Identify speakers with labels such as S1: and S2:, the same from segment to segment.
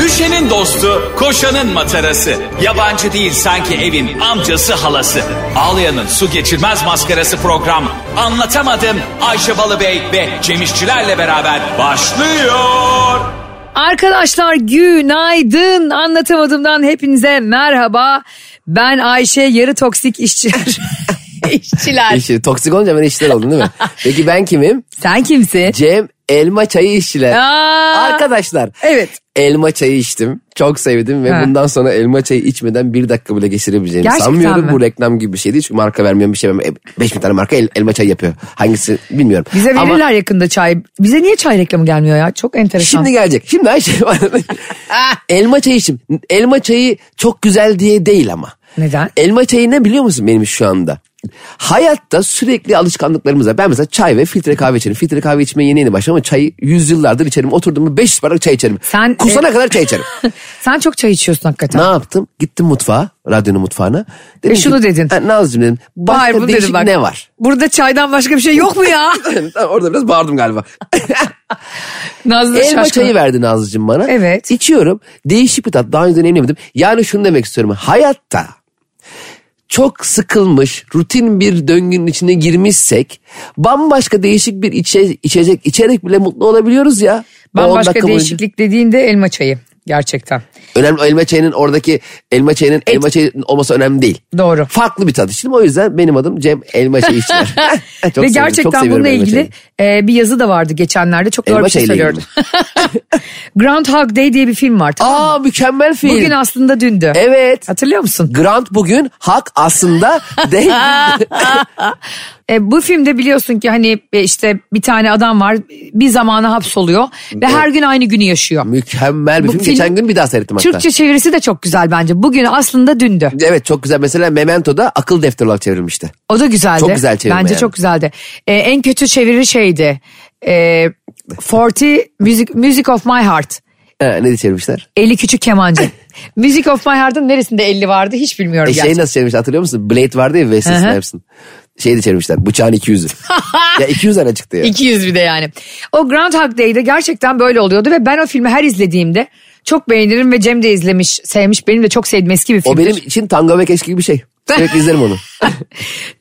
S1: Düşenin dostu, koşanın matarası. Yabancı değil sanki evin amcası halası. Ağlayanın su geçirmez maskarası program. Anlatamadım Ayşe Balıbey ve Cemişçilerle beraber başlıyor.
S2: Arkadaşlar günaydın. Anlatamadığımdan hepinize merhaba. Ben Ayşe yarı toksik işçi. işçiler.
S3: İşçi, toksik olunca ben işçiler oldum değil mi? Peki ben kimim?
S2: Sen kimsin?
S3: Cem elma çayı işçiler.
S2: Aa,
S3: Arkadaşlar
S2: Evet.
S3: elma çayı içtim. Çok sevdim ve
S2: Ha.
S3: bundan sonra elma çayı içmeden bir dakika bile geçirebileceğimi
S2: Gerçekten
S3: sanmıyorum.
S2: mi?
S3: Bu reklam gibi bir şey değil çünkü marka vermeyen bir şey. vermiyorum. E, Beş bin tane marka el- elma çayı yapıyor. Hangisi bilmiyorum.
S2: Bize
S3: Ama
S2: verirler yakında çay. Bize niye çay reklamı gelmiyor ya? Çok enteresan.
S3: Şimdi gelecek. Şimdi Ayşe bana-
S2: Ah.
S3: elma çayı içtim. Elma çayı çok güzel diye değil ama.
S2: Neden?
S3: Elma çayı ne biliyor musun benim şu anda? Hayatta sürekli alışkanlıklarımız var. Ben mesela çay ve filtre kahve içerim. Filtre kahve içmeye yeni yeni başladım ama çayı yüzyıllardır içerim. Oturdum mu 500 bardak çay içerim.
S2: Sen-
S3: Kusana
S2: e-
S3: kadar çay içerim.
S2: Sen çok çay içiyorsun hakikaten.
S3: ne yaptım? Gittim mutfağa, radyonun mutfağına. Dedim
S2: E şunu dedin.
S3: "Ha, Nazcığım dedim. Başka
S2: Hayır, bu dedi
S3: değişik
S2: bak.
S3: ne var?
S2: Burada çaydan başka bir şey yok mu ya?
S3: Orada biraz bağırdım galiba.
S2: Nazlı
S3: Elma
S2: şaşkın.
S3: çayı verdi Nazlıcığım bana.
S2: Evet.
S3: İçiyorum. Değişik bir tat. Daha önce deneyimlemedim. Yani şunu demek istiyorum. Hayatta çok sıkılmış, rutin bir döngünün içine girmişsek bambaşka değişik bir içe- içecek içerek bile mutlu olabiliyoruz ya. O on
S2: Bambaşka
S3: dakika boyunca.
S2: değişiklik dediğinde elma çayı. Gerçekten.
S3: Önemli elma çayının oradaki elma çayının elma çayı olması önemli değil.
S2: Doğru.
S3: Farklı bir tat içtim. O yüzden benim adım Cem Elma Çayı İçler. Çok
S2: Ve
S3: seviyorum, çok
S2: gerçekten
S3: seviyorum
S2: bununla
S3: elma
S2: ilgili
S3: çayını.
S2: e, bir yazı da vardı geçenlerde. Çok doğru
S3: Elma
S2: bir şey
S3: çayıyla
S2: söylüyordu. Groundhog Day diye bir film var. tamam mı?
S3: Aa mükemmel film.
S2: Bugün aslında dündü.
S3: evet.
S2: Hatırlıyor musun?
S3: Grant bugün hak aslında değil.
S2: E, bu filmde biliyorsun ki hani e, işte bir tane adam var bir zamana hapsoluyor ve her gün aynı günü yaşıyor.
S3: Mükemmel bir
S2: Bu
S3: film.
S2: film-
S3: Geçen gün bir daha seyrettim hatta.
S2: Türkçe çevirisi de çok güzel bence. Bugün aslında dündü.
S3: Evet çok güzel. Mesela Memento'da akıl defteri olarak çevrilmişti.
S2: O da güzeldi.
S3: Çok güzel çevirme
S2: Bence
S3: yani.
S2: çok güzeldi. E, en kötü çeviri şeydi. E, 40 music, music of My Heart.
S3: Ee, ne diye çevirmişler?
S2: Eli küçük kemancı. Music of My Heart'ın neresinde elli vardı hiç bilmiyorum.
S3: E,
S2: gerçekten.
S3: şey nasıl çevirmişler hatırlıyor musun? Blade vardı ya Wesley
S2: Hı hı.
S3: Snipes'ın. Şey diye çevirmişler. Bıçağın 200'ü. ya 200 tane çıktı ya.
S2: 200 bir de yani. O Groundhog Day'de gerçekten böyle oluyordu ve ben o filmi her izlediğimde çok beğenirim ve Cem de izlemiş, sevmiş. Benim de çok sevdiğim eski bir film.
S3: O benim için Tango ve Keşke gibi bir şey. Sürekli izlerim onu.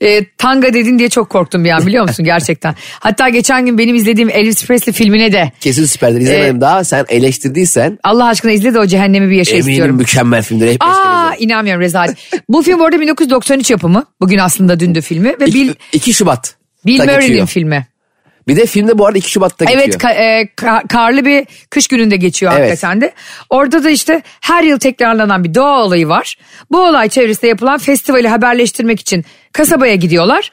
S2: Ee, tanga dedin diye çok korktum bir an biliyor musun gerçekten. Hatta geçen gün benim izlediğim Elvis Presley filmine de
S3: Kesin süperdir. İzlemedim daha. Sen eleştirdiysen
S2: Allah aşkına izle de o cehennemi bir yaşa
S3: eminim
S2: istiyorum.
S3: mükemmel filmdir. Hep
S2: Aa inanmıyorum rezalet. Bu film bu arada 1993 yapımı. Bugün aslında dündü filmi ve Bill,
S3: 2 Şubat.
S2: Bill
S3: Ta
S2: Murray'nin
S3: geçiyor.
S2: filmi.
S3: Bir de filmde bu arada 2 Şubat'ta
S2: Evet
S3: geçiyor.
S2: ka- e, ka- karlı bir kış gününde geçiyor
S3: Evet.
S2: hakikaten de. Orada da işte her yıl tekrarlanan bir doğa olayı var. Bu olay çevresinde yapılan festivali haberleştirmek için kasabaya gidiyorlar.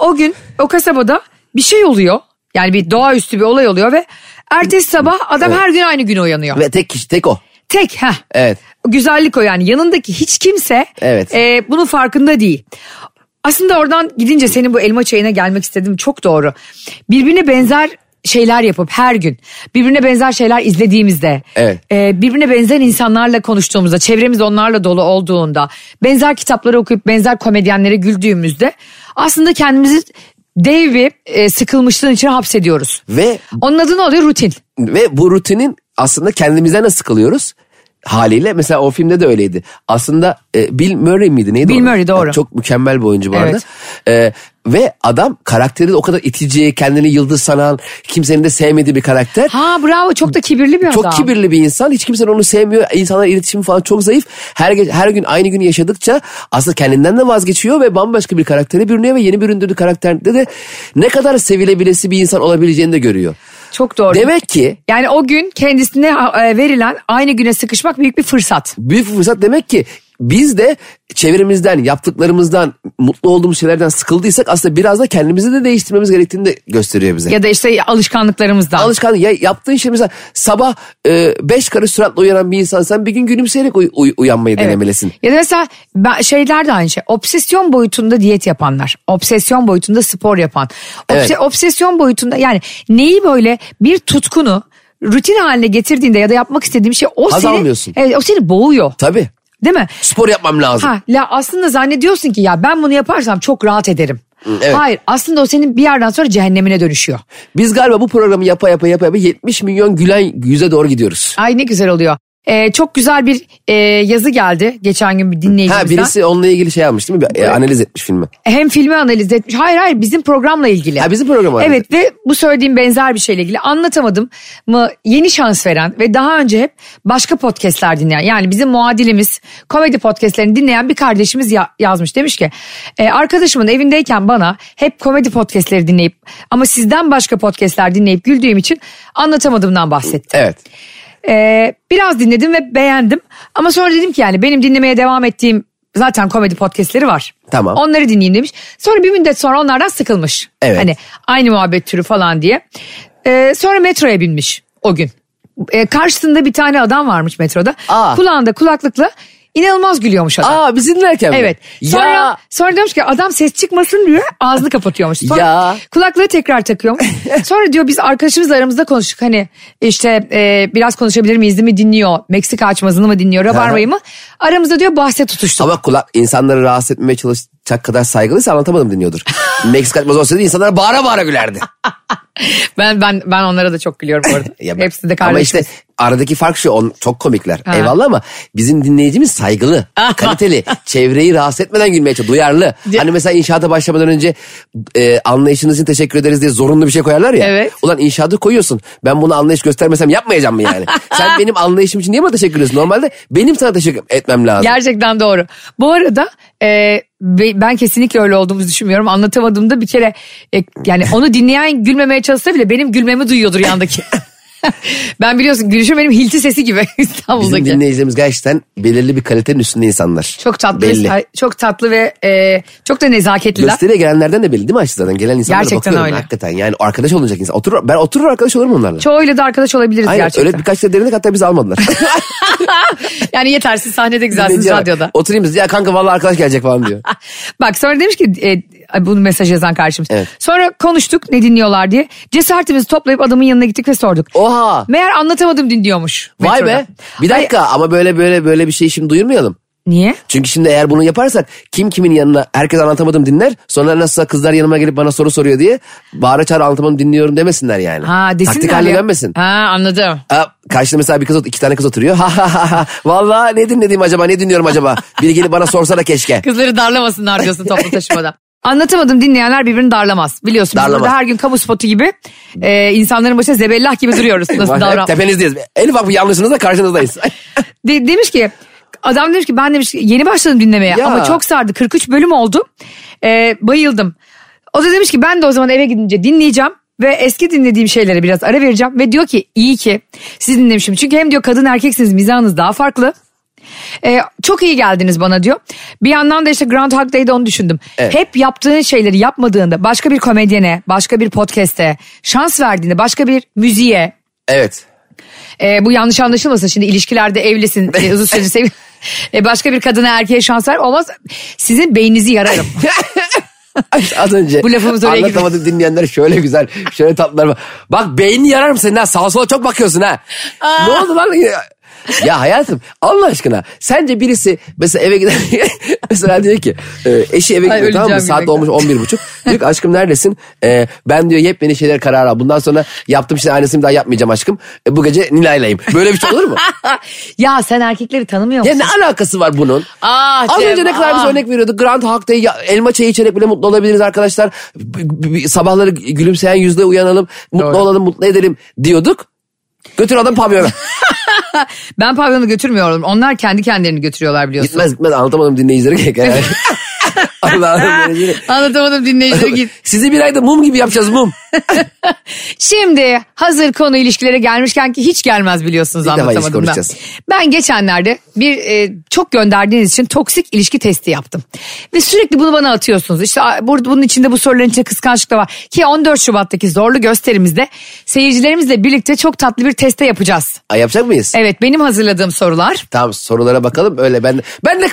S2: O gün o kasabada bir şey oluyor. Yani bir doğaüstü bir olay oluyor ve ertesi sabah adam her gün aynı güne uyanıyor.
S3: Ve tek kişi tek o.
S2: Tek ha.
S3: Evet.
S2: Güzellik o yani. Yanındaki hiç kimse
S3: Evet.
S2: e, bunun farkında değil. Aslında oradan gidince senin bu elma çayına gelmek istedim çok doğru. Birbirine benzer şeyler yapıp her gün birbirine benzer şeyler izlediğimizde
S3: Evet.
S2: e, birbirine benzer insanlarla konuştuğumuzda çevremiz onlarla dolu olduğunda benzer kitapları okuyup benzer komedyenlere güldüğümüzde aslında kendimizi dev bir e, sıkılmışlığın içine hapsediyoruz.
S3: Ve
S2: Onun adı ne oluyor? Rutin.
S3: Ve bu rutinin aslında kendimizden nasıl sıkılıyoruz? Haliyle mesela o filmde de öyleydi. Aslında e, Bill Murray miydi neydi?
S2: Bill
S3: onun adı?
S2: Murray, doğru.
S3: çok mükemmel bir oyuncu bu
S2: Evet.
S3: arada. E, ve adam karakteri de o kadar itici, kendini yıldız sanan, kimsenin de sevmediği bir karakter.
S2: Ha bravo çok da kibirli bir
S3: çok
S2: adam.
S3: kibirli bir insan. Hiç kimse onu sevmiyor. İnsanlar iletişimi falan çok zayıf. Her ge- her gün aynı günü yaşadıkça aslında kendinden de vazgeçiyor ve bambaşka bir karaktere bürünüyor ve yeni büründüğü karakterde de ne kadar sevilebilesi bir insan olabileceğini de görüyor.
S2: Çok doğru.
S3: Demek ki
S2: Yani o gün kendisine e, verilen aynı güne sıkışmak büyük bir fırsat.
S3: büyük bir fırsat demek ki biz de çevremizden, yaptıklarımızdan, mutlu olduğumuz şeylerden sıkıldıysak aslında biraz da kendimizi de değiştirmemiz gerektiğini de gösteriyor bize.
S2: Ya da işte alışkanlıklarımızdan.
S3: Alışkanlık ya yaptığın şey mesela sabah e, beş karış süratle uyanan bir insan sen bir gün gülümseyerek uy- uy- uyanmayı
S2: Evet.
S3: denemelisin.
S2: Ya da mesela ben- şeyler de aynı şey. Obsesyon boyutunda diyet yapanlar. Obsesyon boyutunda spor yapan. Obse-
S3: Evet.
S2: Obsesyon boyutunda yani neyi böyle bir tutkunu rutin haline getirdiğinde ya da yapmak istediğim şey o
S3: Haz
S2: seni,
S3: almıyorsun.
S2: Evet, o seni boğuyor.
S3: Tabii
S2: Değil mi?
S3: spor yapmam lazım.
S2: Ha, la aslında zannediyorsun ki ya ben bunu yaparsam çok rahat ederim.
S3: evet.
S2: Hayır aslında o senin bir yerden sonra cehennemine dönüşüyor.
S3: Biz galiba bu programı yapa yapa yapa yapa 70 milyon gülen yüze doğru gidiyoruz.
S2: Ay ne güzel oluyor. Ee, çok güzel bir e, yazı geldi geçen gün bir dinleyicimizden.
S3: Ha birisi onunla ilgili şey almış değil mi? Bir- e, analiz etmiş filmi.
S2: Hem filmi analiz etmiş. Hayır hayır bizim programla ilgili.
S3: Ha bizim programı analiz
S2: Evet ve bu söylediğim benzer bir şeyle ilgili anlatamadım mı yeni şans veren ve daha önce hep başka podcastler dinleyen yani bizim muadilimiz komedi podcastlerini dinleyen bir kardeşimiz ya- yazmış demiş ki "E, arkadaşımın evindeyken bana hep komedi podcastleri dinleyip ama sizden başka podcastler dinleyip güldüğüm için anlatamadığımdan bahsetti.
S3: Evet.
S2: Ee, biraz dinledim ve beğendim. Ama sonra dedim ki yani benim dinlemeye devam ettiğim zaten komedi podcastleri var.
S3: Tamam.
S2: Onları dinleyeyim demiş. Sonra bir müddet sonra onlardan sıkılmış.
S3: Evet.
S2: Hani aynı muhabbet türü falan diye. Ee, sonra metroya binmiş o gün. Ee, karşısında bir tane adam varmış metroda.
S3: Aa.
S2: Kulağında kulaklıkla inanılmaz gülüyormuş adam.
S3: Aa biz dinlerken mi?
S2: Evet.
S3: Ya
S2: Sonra sonra diyormuş ki adam ses çıkmasın diye ağzını kapatıyormuş. Sonra
S3: Ya.
S2: kulaklığı tekrar takıyormuş. sonra diyor biz arkadaşımızla aramızda konuştuk hani işte e, biraz konuşabilir miyiz mi dinliyor. Meksika açmazını mı dinliyor rabarbayı mı? Aramızda diyor bahse tutuştuk.
S3: ama kulak insanları rahatsız etmeye çalışacak kadar saygılıysa anlatamadım dinliyordur. Meksika kaçmaz olsaydı insanlar bağıra bağıra gülerdi.
S2: Ben ben ben onlara da çok gülüyorum bu arada.
S3: Ya ben-
S2: Hepsi de
S3: Ama
S2: kardeşim.
S3: işte aradaki fark şu on, çok komikler.
S2: Ha.
S3: Eyvallah ama bizim dinleyicimiz saygılı, kaliteli, çevreyi rahatsız etmeden gülmeye çalışıyor, duyarlı. Hani mesela inşaata başlamadan önce e, anlayışınız için teşekkür ederiz diye zorunlu bir şey koyarlar ya.
S2: Evet.
S3: Ulan inşaatı koyuyorsun. Ben bunu anlayış göstermesem yapmayacağım mı yani? Sen benim anlayışım için niye bana teşekkür ediyorsun? Normalde benim sana teşekkür etmem lazım.
S2: Gerçekten doğru. Bu arada e, be- ben kesinlikle öyle olduğumuzu düşünmüyorum. Anlatamadığımda bir kere e, yani onu dinleyen gülmemeye çalışsa bile benim gülmemi duyuyordur yandaki. ben biliyorsun gülüşüm benim hilti sesi gibi İstanbul'daki.
S3: Bizim dinleyicilerimiz gerçekten belirli bir kalitenin üstünde insanlar.
S2: çok tatlı,
S3: Belli.
S2: ay, çok tatlı ve e, çok da nezaketliler.
S3: Gösteriye gelenlerden de belli değil mi Ayşe zaten? Gelen insanlara
S2: Gerçekten
S3: bakıyorum
S2: öyle.
S3: hakikaten. Yani arkadaş olacak insan. Oturur, ben oturur arkadaş olurum onlarla.
S2: Çoğuyla da arkadaş olabiliriz
S3: Aynen
S2: gerçekten.
S3: öyle birkaç kere denedik hatta bizi almadılar.
S2: Yani yetersiz sahnede güzelsiniz
S3: Dinleyiciler,
S2: radyoda.
S3: Oturayım biz ya kanka vallahi arkadaş gelecek falan diyor.
S2: Bak sonra demiş ki e, ay, bunu mesaj yazan karşımız.
S3: Evet.
S2: Sonra konuştuk ne dinliyorlar diye. Cesaretimizi toplayıp adamın yanına gittik ve sorduk.
S3: Oha
S2: Meğer anlatamadım dinliyormuş.
S3: vay
S2: metroda.
S3: be bir dakika ama böyle böyle böyle bir şey şimdi duyurmayalım.
S2: Niye?
S3: Çünkü şimdi eğer bunu yaparsak kim kimin yanına herkes anlatamadım dinler. Sonra nasılsa kızlar yanıma gelip bana soru soruyor diye bağıra çağıra anlatamadım dinliyorum demesinler yani.
S2: Ha desinler
S3: Taktik
S2: ya.
S3: haline dönmesin.
S2: Ha anladım.
S3: Aa, Karşıda mesela bir kız, ot- iki tane kız oturuyor. Ha ha ha ha. Vallahi ne dinlediğim acaba ne dinliyorum acaba? Biri gelip bana sorsa da keşke.
S2: Kızları darlamasınlar diyorsun toplu taşımada. Anlatamadım dinleyenler birbirini darlamaz. Biliyorsun biz
S3: Darlamaz.
S2: burada her gün kamu spotu gibi e, insanların başına zebellah gibi duruyoruz. Nasıl
S3: Hep
S2: davran?
S3: tepenizdeyiz. En ufak bir yanlışınızla karşınızdayız.
S2: De- demiş ki adam demiş ki ben demiş ki, yeni başladım dinlemeye
S3: Ya.
S2: ama çok sardı 43 bölüm oldu Ee, bayıldım. O da demiş ki ben de o zaman eve gidince dinleyeceğim ve eski dinlediğim şeylere biraz ara vereceğim ve diyor ki iyi ki siz dinlemişim çünkü hem diyor kadın erkeksiniz mizahınız daha farklı. Ee, çok iyi geldiniz bana diyor. Bir yandan da işte Groundhog Day'de onu düşündüm.
S3: Evet.
S2: Hep yaptığın şeyleri yapmadığında başka bir komedyene, başka bir podcast'e, şans verdiğinde başka bir müziğe,
S3: evet.
S2: ee, bu yanlış anlaşılmasın şimdi ilişkilerde evlisin e, uzun süredir sev- E, başka bir kadına erkeğe şans ver olmaz sizin beyninizi yararım.
S3: Az önce
S2: Bu lafımız oraya gidiyor.
S3: anlatamadım dinleyenlere şöyle güzel, şöyle tatlılar var. Bak beynini yarar mı senin ha? Sağa sola çok bakıyorsun ha. Ne oldu lan? Ya, ya hayatım Allah aşkına sence birisi mesela eve gider mesela diyor ki e, eşi eve gidiyor tamam mı
S2: öleceğim
S3: saat
S2: yemekten.
S3: olmuş 11 buçuk diyor ki aşkım neredesin E, ben diyor yepyeni şeyler karar al bundan sonra yaptığım şeyler aynısını bir daha yapmayacağım aşkım E, bu gece Nilay'layım böyle bir şey olur mu?
S2: ya sen erkekleri tanımıyor
S3: ya
S2: musun?
S3: ne alakası var bunun?
S2: Ah
S3: Az
S2: Cem,
S3: önce ne kadar
S2: ah.
S3: biz örnek veriyorduk. Grand Hawk'ta ya- elma çayı içerek bile mutlu olabiliriz arkadaşlar. B- b- b- Sabahları gülümseyen yüzle uyanalım. Mutlu
S2: Doğru.
S3: olalım, mutlu edelim diyorduk. Götür adam pavyona.
S2: Ben pavyonu götürmüyorum. Onlar kendi kendilerini götürüyorlar biliyorsun.
S3: gitmez gitmez anlatamadım dinleyicilere gerek. Yani. Allah'ım. dinleyicileri.
S2: Anlatamadım dinleyicilere git.
S3: Sizi bir ayda mum gibi yapacağız mum.
S2: Şimdi hazır konu ilişkilere gelmişken ki hiç gelmez biliyorsunuz
S3: defa ilişki
S2: anlatamadım ben.
S3: konuşacağız.
S2: Ben geçenlerde bir e, çok gönderdiğiniz için toksik ilişki testi yaptım. Ve sürekli bunu bana atıyorsunuz. İşte a, burada bunun içinde bu soruların içinde kıskançlık da var. Ki 14 Şubat'taki zorlu gösterimizde seyircilerimizle birlikte çok tatlı bir teste yapacağız.
S3: Ay yapacak mıyız?
S2: Evet benim hazırladığım sorular.
S3: Tamam sorulara bakalım öyle ben de. Ben de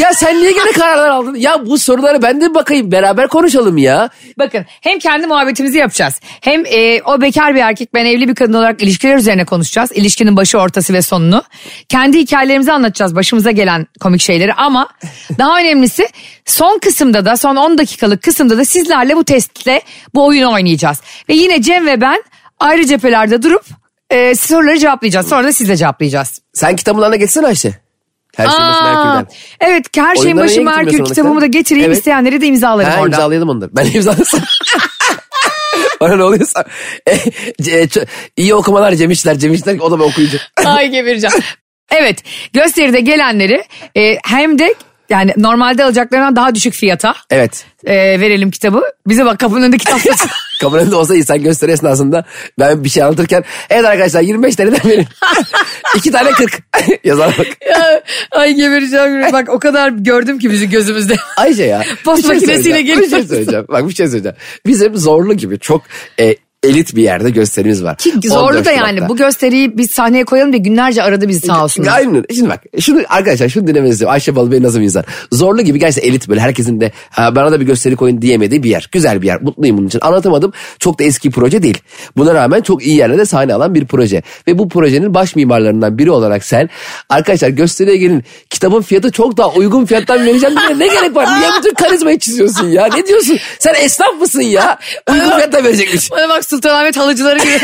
S3: ya sen niye gene kararlar aldın? Ya bu sorulara ben de bakayım beraber konuşalım ya.
S2: Bakın hem kendi muhabbetimizi yapacağız. Hem e, o bekar bir erkek ben evli bir kadın olarak ilişkiler üzerine konuşacağız. İlişkinin başı ortası ve sonunu. Kendi hikayelerimizi anlatacağız başımıza gelen komik şeyleri ama daha önemlisi son kısımda da son 10 dakikalık kısımda da sizlerle bu testle bu oyunu oynayacağız. Ve yine Cem ve ben ayrı cephelerde durup e, soruları cevaplayacağız. Sonra da sizle cevaplayacağız.
S3: Sen kitabılarına geçsene Ayşe. Her şeyin başı
S2: Aa,
S3: Merkür'den.
S2: Evet her şeyin
S3: Oyunlara
S2: başı
S3: niye getirmiyorsun
S2: Merkür
S3: onu
S2: kitabımı da
S3: kitabı?
S2: getireyim
S3: Evet.
S2: isteyenleri de imzalarım
S3: Ha,
S2: orada.
S3: imzalayalım onları. Ben imzalasam. Bana ne oluyorsa. E, ce- ço- iyi okumalar Cemişler. Cemişler o da ben okuyacağım.
S2: Ay gebereceğim. evet gösteride gelenleri e, hem de yani normalde alacaklarından daha düşük fiyata
S3: Evet.
S2: e, verelim kitabı. Bize bak kapının önünde kitap satın.
S3: Kameranın da olsa insan gösteri esnasında ben bir şey anlatırken evet arkadaşlar 25 TL'den verin. İki tane 40. Yazar bak.
S2: Ay gebereceğim. Bak o kadar gördüm ki bizi gözümüzde.
S3: Ayşe ya.
S2: Post
S3: bir şey
S2: makinesiyle
S3: söyleyeceğim, Bir şey
S2: geliyorsun.
S3: söyleyeceğim. Bak bir şey söyleyeceğim. Bizim zorlu gibi çok e, elit bir yerde gösterimiz var.
S2: Ki zorlu
S3: 14
S2: da yani
S3: Şubat'ta.
S2: bu gösteriyi biz sahneye koyalım diye günlerce aradı bizi sağ olsunlar.
S3: Aynen. Şimdi bak şunu arkadaşlar şunu dinlemeniz lazım. Ayşe Balıbey nasıl bir insan? Zorlu gibi gerçekten elit böyle herkesin de "Ha, bana da bir gösteri koyun diyemediği bir yer. Güzel bir yer. Mutluyum bunun için. Anlatamadım. Çok da eski proje değil. Buna rağmen çok iyi yerlerde sahne alan bir proje. Ve bu projenin baş mimarlarından biri olarak sen arkadaşlar gösteriye gelin. Kitabın fiyatı çok daha uygun fiyattan vereceğim diye ne gerek var? Niye bütün karizmayı çiziyorsun ya? Ne diyorsun? Sen esnaf mısın ya? Uygun fiyattan verecekmiş.
S2: Bana bak Sultanahmet halıcıları gibi.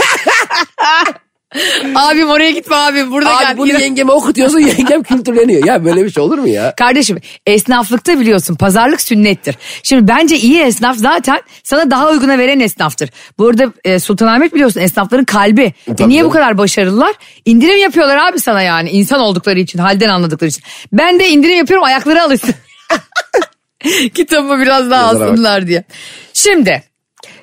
S2: abim oraya gitme abim burada gel.
S3: Abi bunu yengeme okutuyorsun yengem kültürleniyor. Ya böyle bir şey olur mu ya?
S2: Kardeşim esnaflıkta biliyorsun pazarlık sünnettir. Şimdi bence iyi esnaf zaten sana daha uyguna veren esnaftır. Bu arada e, Sultanahmet biliyorsun esnafların kalbi. E,
S3: Tabii
S2: niye bu
S3: canım.
S2: kadar başarılılar? İndirim yapıyorlar abi sana yani insan oldukları için halden anladıkları için. Ben de indirim yapıyorum ayakları alışsın. Kitabımı biraz daha
S3: Yazara bak.
S2: alsınlar diye. Şimdi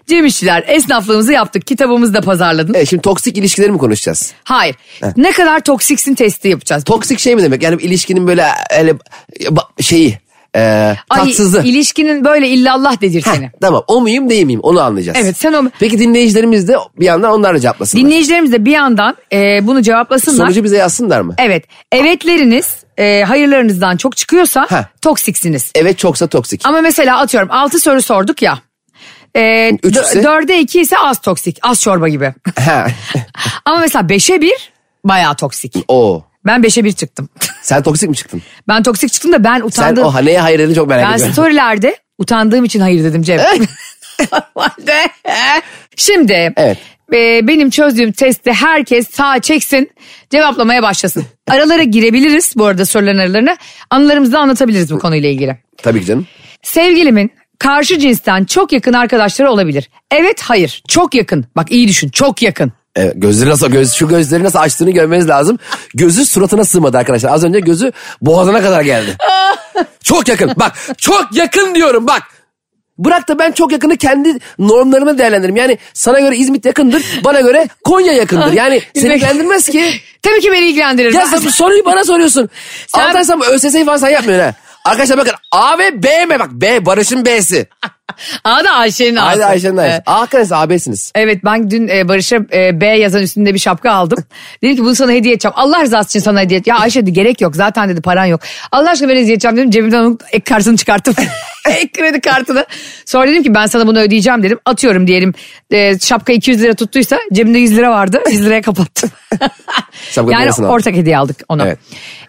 S2: Cem İşçiler esnaflığımızı yaptık kitabımızı da pazarladın.
S3: Evet şimdi toksik ilişkileri mi konuşacağız?
S2: Hayır ne kadar toksiksin testi yapacağız.
S3: Toksik şey mi demek? Yani ilişkinin böyle öyle ba- şeyi e,
S2: Ay,
S3: tatsızı.
S2: ilişkinin böyle illallah dedir seni.
S3: tamam o muyum değil miyim onu anlayacağız.
S2: Evet, sen o-
S3: Peki dinleyicilerimiz de bir yandan onlar da cevaplasınlar.
S2: Dinleyicilerimiz de bir yandan e, bunu cevaplasınlar.
S3: Sonucu bize yazsınlar mı?
S2: Evet. Evetleriniz e, hayırlarınızdan çok çıkıyorsa
S3: Ha.
S2: toksiksiniz.
S3: Evet çoksa toksik.
S2: Ama mesela atıyorum 6 soru sorduk ya. E,
S3: Üç ise?
S2: 4'e 2 ise az toksik. Az çorba gibi.
S3: Ha.
S2: Ama mesela 5'e 1 bayağı toksik.
S3: Oo.
S2: Ben 5'e 1 çıktım.
S3: Sen toksik mi çıktın?
S2: ben toksik çıktım da ben
S3: Sen
S2: utandım.
S3: o haneye hayırını çok merak
S2: ben
S3: ediyorum.
S2: storylerde utandığım için hayır dedim Cem. Normalde. Şimdi
S3: Evet.
S2: e, benim çözdüğüm testte herkes sağa çeksin cevaplamaya başlasın. Aralara girebiliriz bu arada soruların aralarına. Anılarımızı da anlatabiliriz bu konuyla ilgili.
S3: Tabii ki canım.
S2: Sevgilimin karşı cinsten çok yakın arkadaşları olabilir. Evet hayır çok yakın. Bak iyi düşün çok yakın.
S3: Evet, E, gözleri nasıl göz şu gözleri nasıl açtığını görmeniz lazım. Gözü suratına sığmadı arkadaşlar. Az önce gözü boğazına kadar geldi. çok yakın. Bak çok yakın diyorum bak. Bırak da ben çok yakını kendi normlarımı değerlendiririm. Yani sana göre İzmit yakındır, bana göre Konya yakındır. Yani seni ilgilendirmez ki.
S2: Tabii ki beni ilgilendirir.
S3: Ya sen bu soruyu bana soruyorsun.
S2: Sen-
S3: Anlatırsam ÖSS'yi falan sen yapmıyorsun ha. Arkadaşlar bakın A ve B mi? Bak B Barış'ın B'si.
S2: Aa da Ayşe'nin
S3: Haydi
S2: ağzı.
S3: Ayşe'nin Ayşe.
S2: Evet.
S3: A Hakikaten AB'siniz.
S2: Evet ben dün e, Barış'a e, B yazan üstünde bir şapka aldım. Dedim ki bunu sana hediye edeceğim. Allah rızası için sana hediye et. Ya Ayşe dedi gerek yok zaten dedi paran yok. Allah aşkına ben hediye edeceğim dedim. Cebimden onun ek kartını çıkarttım. ek kredi kartını. Sonra dedim ki ben sana bunu ödeyeceğim dedim. Atıyorum diyelim e, şapka 200 lira tuttuysa cebimde 100 lira vardı. 100 liraya kapattım.
S3: Şapkanın
S2: yani
S3: parasını aldın.
S2: ortak hediye aldık ona. Evet.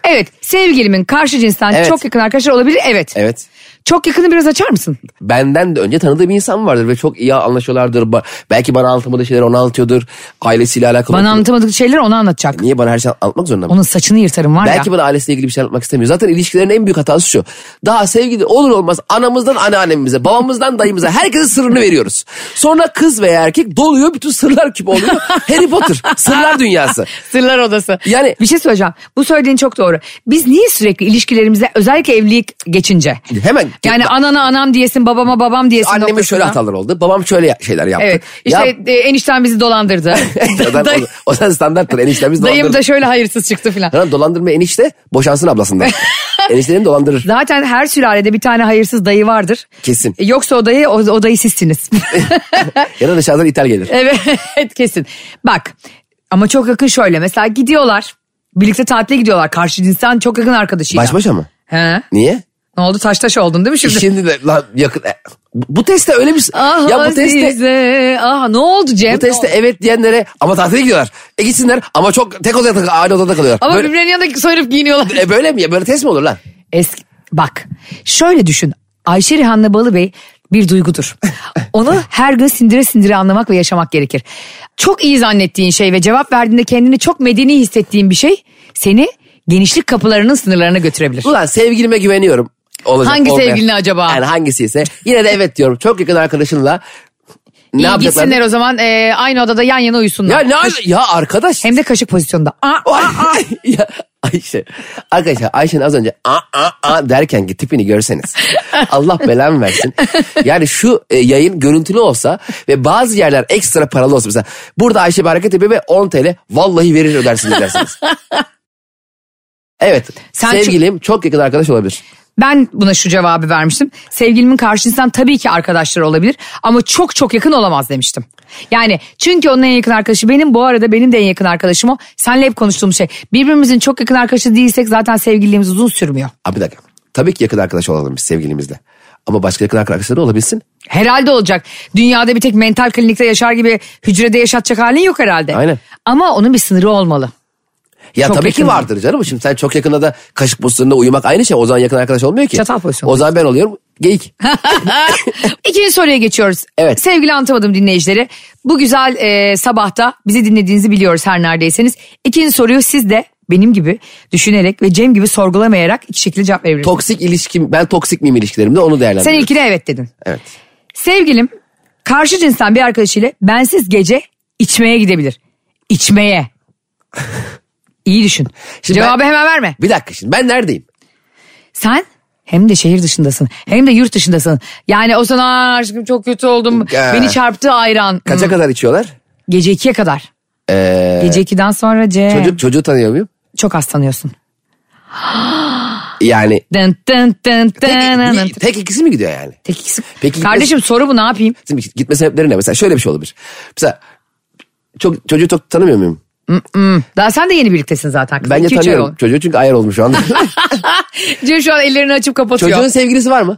S3: Evet.
S2: sevgilimin karşı cinsten
S3: Evet.
S2: çok yakın arkadaşlar olabilir. Evet.
S3: Evet.
S2: Çok yakını biraz açar mısın?
S3: benden de önce tanıdığı bir insan vardır ve çok iyi anlaşıyorlardır. Ba- belki bana anlatamadığı şeyleri ona anlatıyordur. Ailesiyle alakalı.
S2: Bana
S3: olabilir.
S2: anlatamadık şeyler onu anlatacak.
S3: Niye bana her şeyi anlatmak zorunda mı?
S2: Onun saçını yırtarım var ya.
S3: Belki bana ailesiyle ilgili bir şey anlatmak istemiyor. Zaten ilişkilerin en büyük hatası şu. Daha sevgili olur olmaz anamızdan anneannemize, babamızdan dayımıza herkese sırrını veriyoruz. Sonra kız veya erkek doluyor bütün sırlar küpü oluyor. Harry Potter, sırlar dünyası.
S2: Sırlar odası.
S3: Yani-
S2: bir şey söyleyeceğim. Bu söylediğin çok doğru. Biz niye sürekli ilişkilerimize özellikle evlilik geçince
S3: Hemen-
S2: yani annana anam diyesin, babama babam diyesin.
S3: Anneme
S2: noktasında.
S3: şöyle hatalar oldu. Babam şöyle ya- şeyler yaptı.
S2: Evet. İşte
S3: Ya,
S2: e, enişten bizi dolandırdı.
S3: o zaman-
S2: Day-
S3: o zaman standarttır. Eniştemiz
S2: dayım
S3: dolandırdı.
S2: da şöyle hayırsız çıktı filan.
S3: Lan dolandırma enişte boşansın ablasından. Eniştenin dolandırır.
S2: Zaten her sülalede bir tane hayırsız dayı vardır. E,
S3: Kesin.
S2: Yoksa o dayı, o, o dayı sizsiniz.
S3: Ya da dışarıdan ithal gelir.
S2: Evet kesin. Bak ama çok yakın şöyle mesela gidiyorlar. Birlikte tatile gidiyorlar. Karşı cinsten çok yakın arkadaşıyla.
S3: Baş başa mı?
S2: He.
S3: Niye?
S2: Ne oldu taş taş oldun değil mi şimdi?
S3: Şimdi de lan yakın. E, Bu testte öyle bir...
S2: Ah
S3: ya bu testte...
S2: Azize, ah ne oldu Cem?
S3: Bu testte evet diyenlere ama tatile gidiyorlar. E gitsinler ama çok tek odaya takı- aynı odada kalıyorlar.
S2: Ama
S3: böyle,
S2: birbirlerinin yanında soyunup giyiniyorlar.
S3: e böyle mi ya? Böyle test mi olur lan?
S2: Eski, bak şöyle düşün. Ayşe Rihanna Balıbey bir duygudur. Onu her gün sindire sindire anlamak ve yaşamak gerekir. Çok iyi zannettiğin şey ve cevap verdiğinde kendini çok medeni hissettiğin bir şey seni genişlik kapılarının sınırlarına götürebilir.
S3: Ulan sevgilime güveniyorum. Olacak,
S2: Hangi
S3: olmayan.
S2: sevgiline acaba?
S3: Yani hangisi ise. Yine de evet diyorum. Çok yakın arkadaşınla. Ne
S2: İyi
S3: yapacaklar?
S2: gitsinler o zaman e, aynı odada yan yana uyusunlar.
S3: Ya ne al- ya arkadaş.
S2: Hem de kaşık pozisyonda. Aa,
S3: ya Ayşe. Arkadaşlar Ayşe'nin az önce a a a derken ki tipini görseniz. Allah belamı versin. Yani şu e, yayın görüntülü olsa ve bazı yerler ekstra paralı olsa mesela burada Ayşe bir hareket yapıyor ve 10 TL vallahi verir ödersiniz dersiniz. Evet.
S2: Sen
S3: sevgilim çok yakın arkadaş olabilir.
S2: Ben buna şu cevabı vermiştim. Sevgilimin karşı insan tabii ki arkadaşları olabilir ama çok çok yakın olamaz demiştim. Yani çünkü onun en yakın arkadaşı benim bu arada benim de en yakın arkadaşım o. Senle hep konuştuğum şey birbirimizin çok yakın arkadaşı değilsek zaten sevgililiğimiz uzun sürmüyor.
S3: Abi bir dakika. Tabii ki yakın arkadaş olalım biz sevgilimizle. Ama başka yakın arkadaşları olabilsin.
S2: Herhalde olacak. Dünyada bir tek mental klinikte yaşar gibi hücrede yaşatacak halin yok herhalde.
S3: Aynen.
S2: Ama onun bir sınırı olmalı.
S3: Ya
S2: Çok
S3: tabii ki
S2: yakın.
S3: vardır canım. Şimdi sen çok yakında da kaşık pozisyonunda uyumak aynı şey. O zaman yakın arkadaş olmuyor ki.
S2: Çatal pozisyonu.
S3: O zaman ben oluyorum geyik.
S2: İkinci soruya geçiyoruz.
S3: Evet.
S2: Sevgili anlatamadım dinleyicileri. Bu güzel e, sabahta bizi dinlediğinizi biliyoruz her neredeyseniz. İkinci soruyu siz de benim gibi düşünerek ve Cem gibi sorgulamayarak iki şekilde cevap verebilirsiniz.
S3: toksik ilişkim ben toksik miyim ilişkilerimde onu
S2: Sen
S3: değerlendiriyorum.
S2: ilkine evet dedin.
S3: Evet.
S2: Sevgilim karşı cinsten bir arkadaşıyla bensiz gece içmeye gidebilir. İçmeye. İyi düşün.
S3: Şimdi
S2: Cevabı
S3: ben-
S2: hemen verme.
S3: Bir dakika şimdi ben neredeyim?
S2: Sen hem de şehir dışındasın hem de yurt dışındasın. Yani o sana "Aa, aşkım çok kötü oldum.
S3: Ya.
S2: Beni çarptı ayran.
S3: Kaça kadar içiyorlar?
S2: Gece 2'ye kadar.
S3: Ee,
S2: Gece 2'den sonra C.
S3: çocuk çocuğu tanıyor muyum?
S2: Çok az tanıyorsun.
S3: Yani
S2: Dın dın dın dın dın.
S3: tek, tek ikisi mi gidiyor yani?
S2: Tek ikisi-
S3: Peki-
S2: Kardeşim soru bu ne yapayım?
S3: Şimdi gitme sebepleri ne? Mesela şöyle bir şey olabilir. Mesela çok, çocuğu çok tanımıyor muyum?
S2: Daha sen de yeni birliktesin zaten. kız.
S3: Bence
S2: İki, üç ay
S3: tanıyorum
S2: oldu.
S3: çocuğu çünkü ayar olmuş şu anda.
S2: Cem şu an ellerini açıp kapatıyor.
S3: Çocuğun sevgilisi var mı?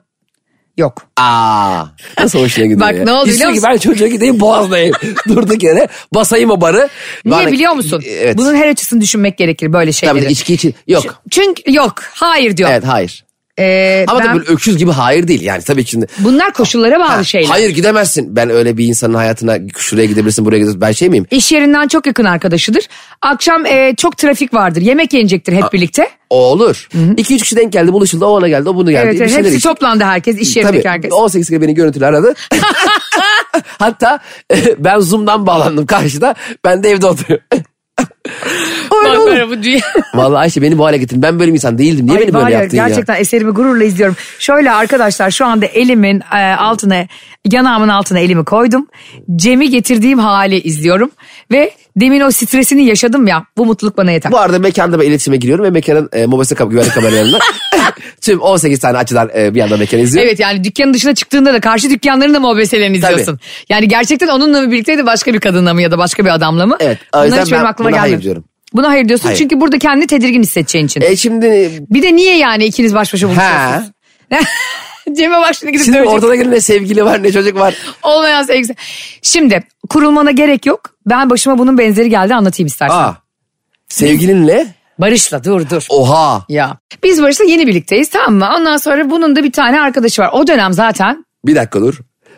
S2: Yok.
S3: Aa, nasıl hoşuna gidiyor
S2: Bak
S3: ya?
S2: ne oldu
S3: Hiç
S2: biliyor
S3: diyor ki ben çocuğa gideyim boğazlayayım. Durduk yere basayım o barı.
S2: Niye
S3: Bana-
S2: biliyor musun?
S3: Evet.
S2: Bunun her açısını düşünmek gerekir böyle
S3: Tabii
S2: şeyleri.
S3: içki için. Yok.
S2: Çünkü yok. Hayır diyor.
S3: Evet hayır.
S2: Ee,
S3: Ama
S2: ben-
S3: da böyle öküz gibi hayır değil yani tabii ki şimdi.
S2: Bunlar koşullara bağlı
S3: Ha,
S2: şeyler.
S3: Hayır gidemezsin. Ben öyle bir insanın hayatına şuraya gidebilirsin buraya gidebilirsin. Ben şey miyim?
S2: İş yerinden çok yakın arkadaşıdır. Akşam e, çok trafik vardır. Yemek yenecektir hep birlikte.
S3: O olur. 2-3 kişi denk geldi buluşuldu o ona geldi o bunu geldi.
S2: Evet,
S3: bir
S2: evet.
S3: şeyler
S2: hepsi
S3: içti.
S2: toplandı herkes. iş yerindeki
S3: Tabii,
S2: herkes.
S3: 18 kere beni görüntülü aradı. Hatta e, ben Zoom'dan bağlandım karşıda. Ben de evde oturuyorum.
S2: Bak böyle bu dünya.
S3: Vallahi Ayşe beni bu hale getirdin. Ben böyle bir insan değildim. Niye
S2: Ay
S3: beni
S2: var
S3: böyle
S2: ya,
S3: yaptın ya?
S2: Gerçekten eserimi gururla izliyorum. Şöyle arkadaşlar şu anda elimin e, altına yanağımın altına elimi koydum. Cem'i getirdiğim hali izliyorum. Ve demin o stresini yaşadım ya bu mutluluk bana yeter.
S3: Bu arada mekanda ben iletişime giriyorum ve mekanın e, mobese kap güvenlik kameralarından tüm 18 tane açıdan e, bir yandan mekanı izliyor.
S2: Evet yani dükkanın dışına çıktığında da karşı dükkanların da mobeselerini
S3: Tabii.
S2: izliyorsun. Yani gerçekten onunla mı birlikteydi başka bir kadınla mı ya da başka bir adamla mı?
S3: Evet, o
S2: Bunlar
S3: yüzden
S2: hiç benim
S3: ben
S2: aklıma
S3: buna hayır
S2: gelmedi.
S3: diyorum.
S2: Buna hayır diyorsun
S3: Hayır.
S2: çünkü burada kendini tedirgin hissedeceğin için.
S3: E şimdi
S2: bir de niye yani ikiniz baş başa
S3: ha.
S2: buluşuyorsunuz? Cem'e bak şimdi gidip
S3: Şimdi
S2: dövecek.
S3: ortada gelen ne sevgili var ne çocuk var.
S2: Olmayan sevgisi. Şimdi kurulmana gerek yok. Ben başıma bunun benzeri geldi anlatayım istersen.
S3: Aa. Sevgilinle?
S2: Barış'la dur dur.
S3: Oha.
S2: Ya. Biz Barış'la yeni birlikteyiz tamam mı? Ondan sonra bunun da bir tane arkadaşı var. O dönem zaten
S3: Bir dakika dur.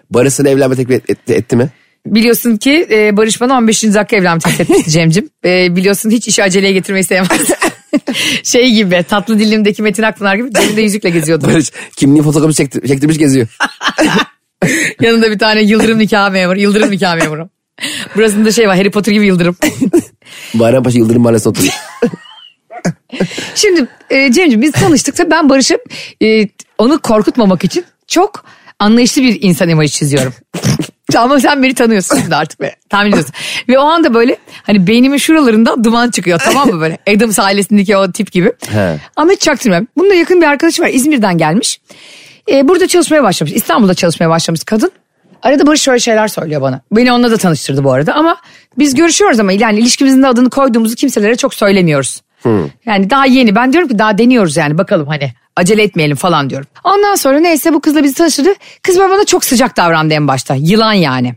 S3: Barış'ın evlenme teklif et- etti, etti mi?
S2: biliyorsun ki e, Barış bana 15. dakika evlenme teklif etmişti Cem'cim. E, biliyorsun hiç işi aceleye getirmeyi sevmez. şey gibi tatlı dilimdeki Metin Akpınar gibi cebinde yüzükle geziyordum.
S3: Barış kimliğin fotoğrafını çekti- çektirmiş geziyor.
S2: Yanında bir tane Yıldırım nikah memuru. Yıldırım nikah memuru. Burasında şey var Harry Potter gibi Yıldırım.
S3: Bayrampaşa Yıldırım Mahallesi'ne oturuyor.
S2: Şimdi e, Cem'ciğim biz tanıştık tabii ben Barış'ı e, onu korkutmamak için çok anlayışlı bir insan imajı çiziyorum. Ama sen beni tanıyorsun şimdi artık be. Tahmin ediyorsun. Ve o anda böyle hani beynimin şuralarında duman çıkıyor tamam mı böyle? Adams ailesindeki o tip gibi.
S3: He.
S2: Ahmet Çaktırmam. Bununla yakın bir arkadaşı var İzmir'den gelmiş. E, burada çalışmaya başlamış. İstanbul'da çalışmaya başlamış kadın. Arada Barış şöyle şeyler söylüyor bana. Beni onunla da tanıştırdı bu arada ama biz görüşüyoruz ama yani ilişkimizin de adını koyduğumuzu kimselere çok söylemiyoruz. Yani daha yeni ben diyorum ki daha deniyoruz yani bakalım hani acele etmeyelim falan diyorum. Ondan sonra neyse bu kızla bizi tanıştırdı. Kız böyle bana çok sıcak davrandı en başta yılan yani.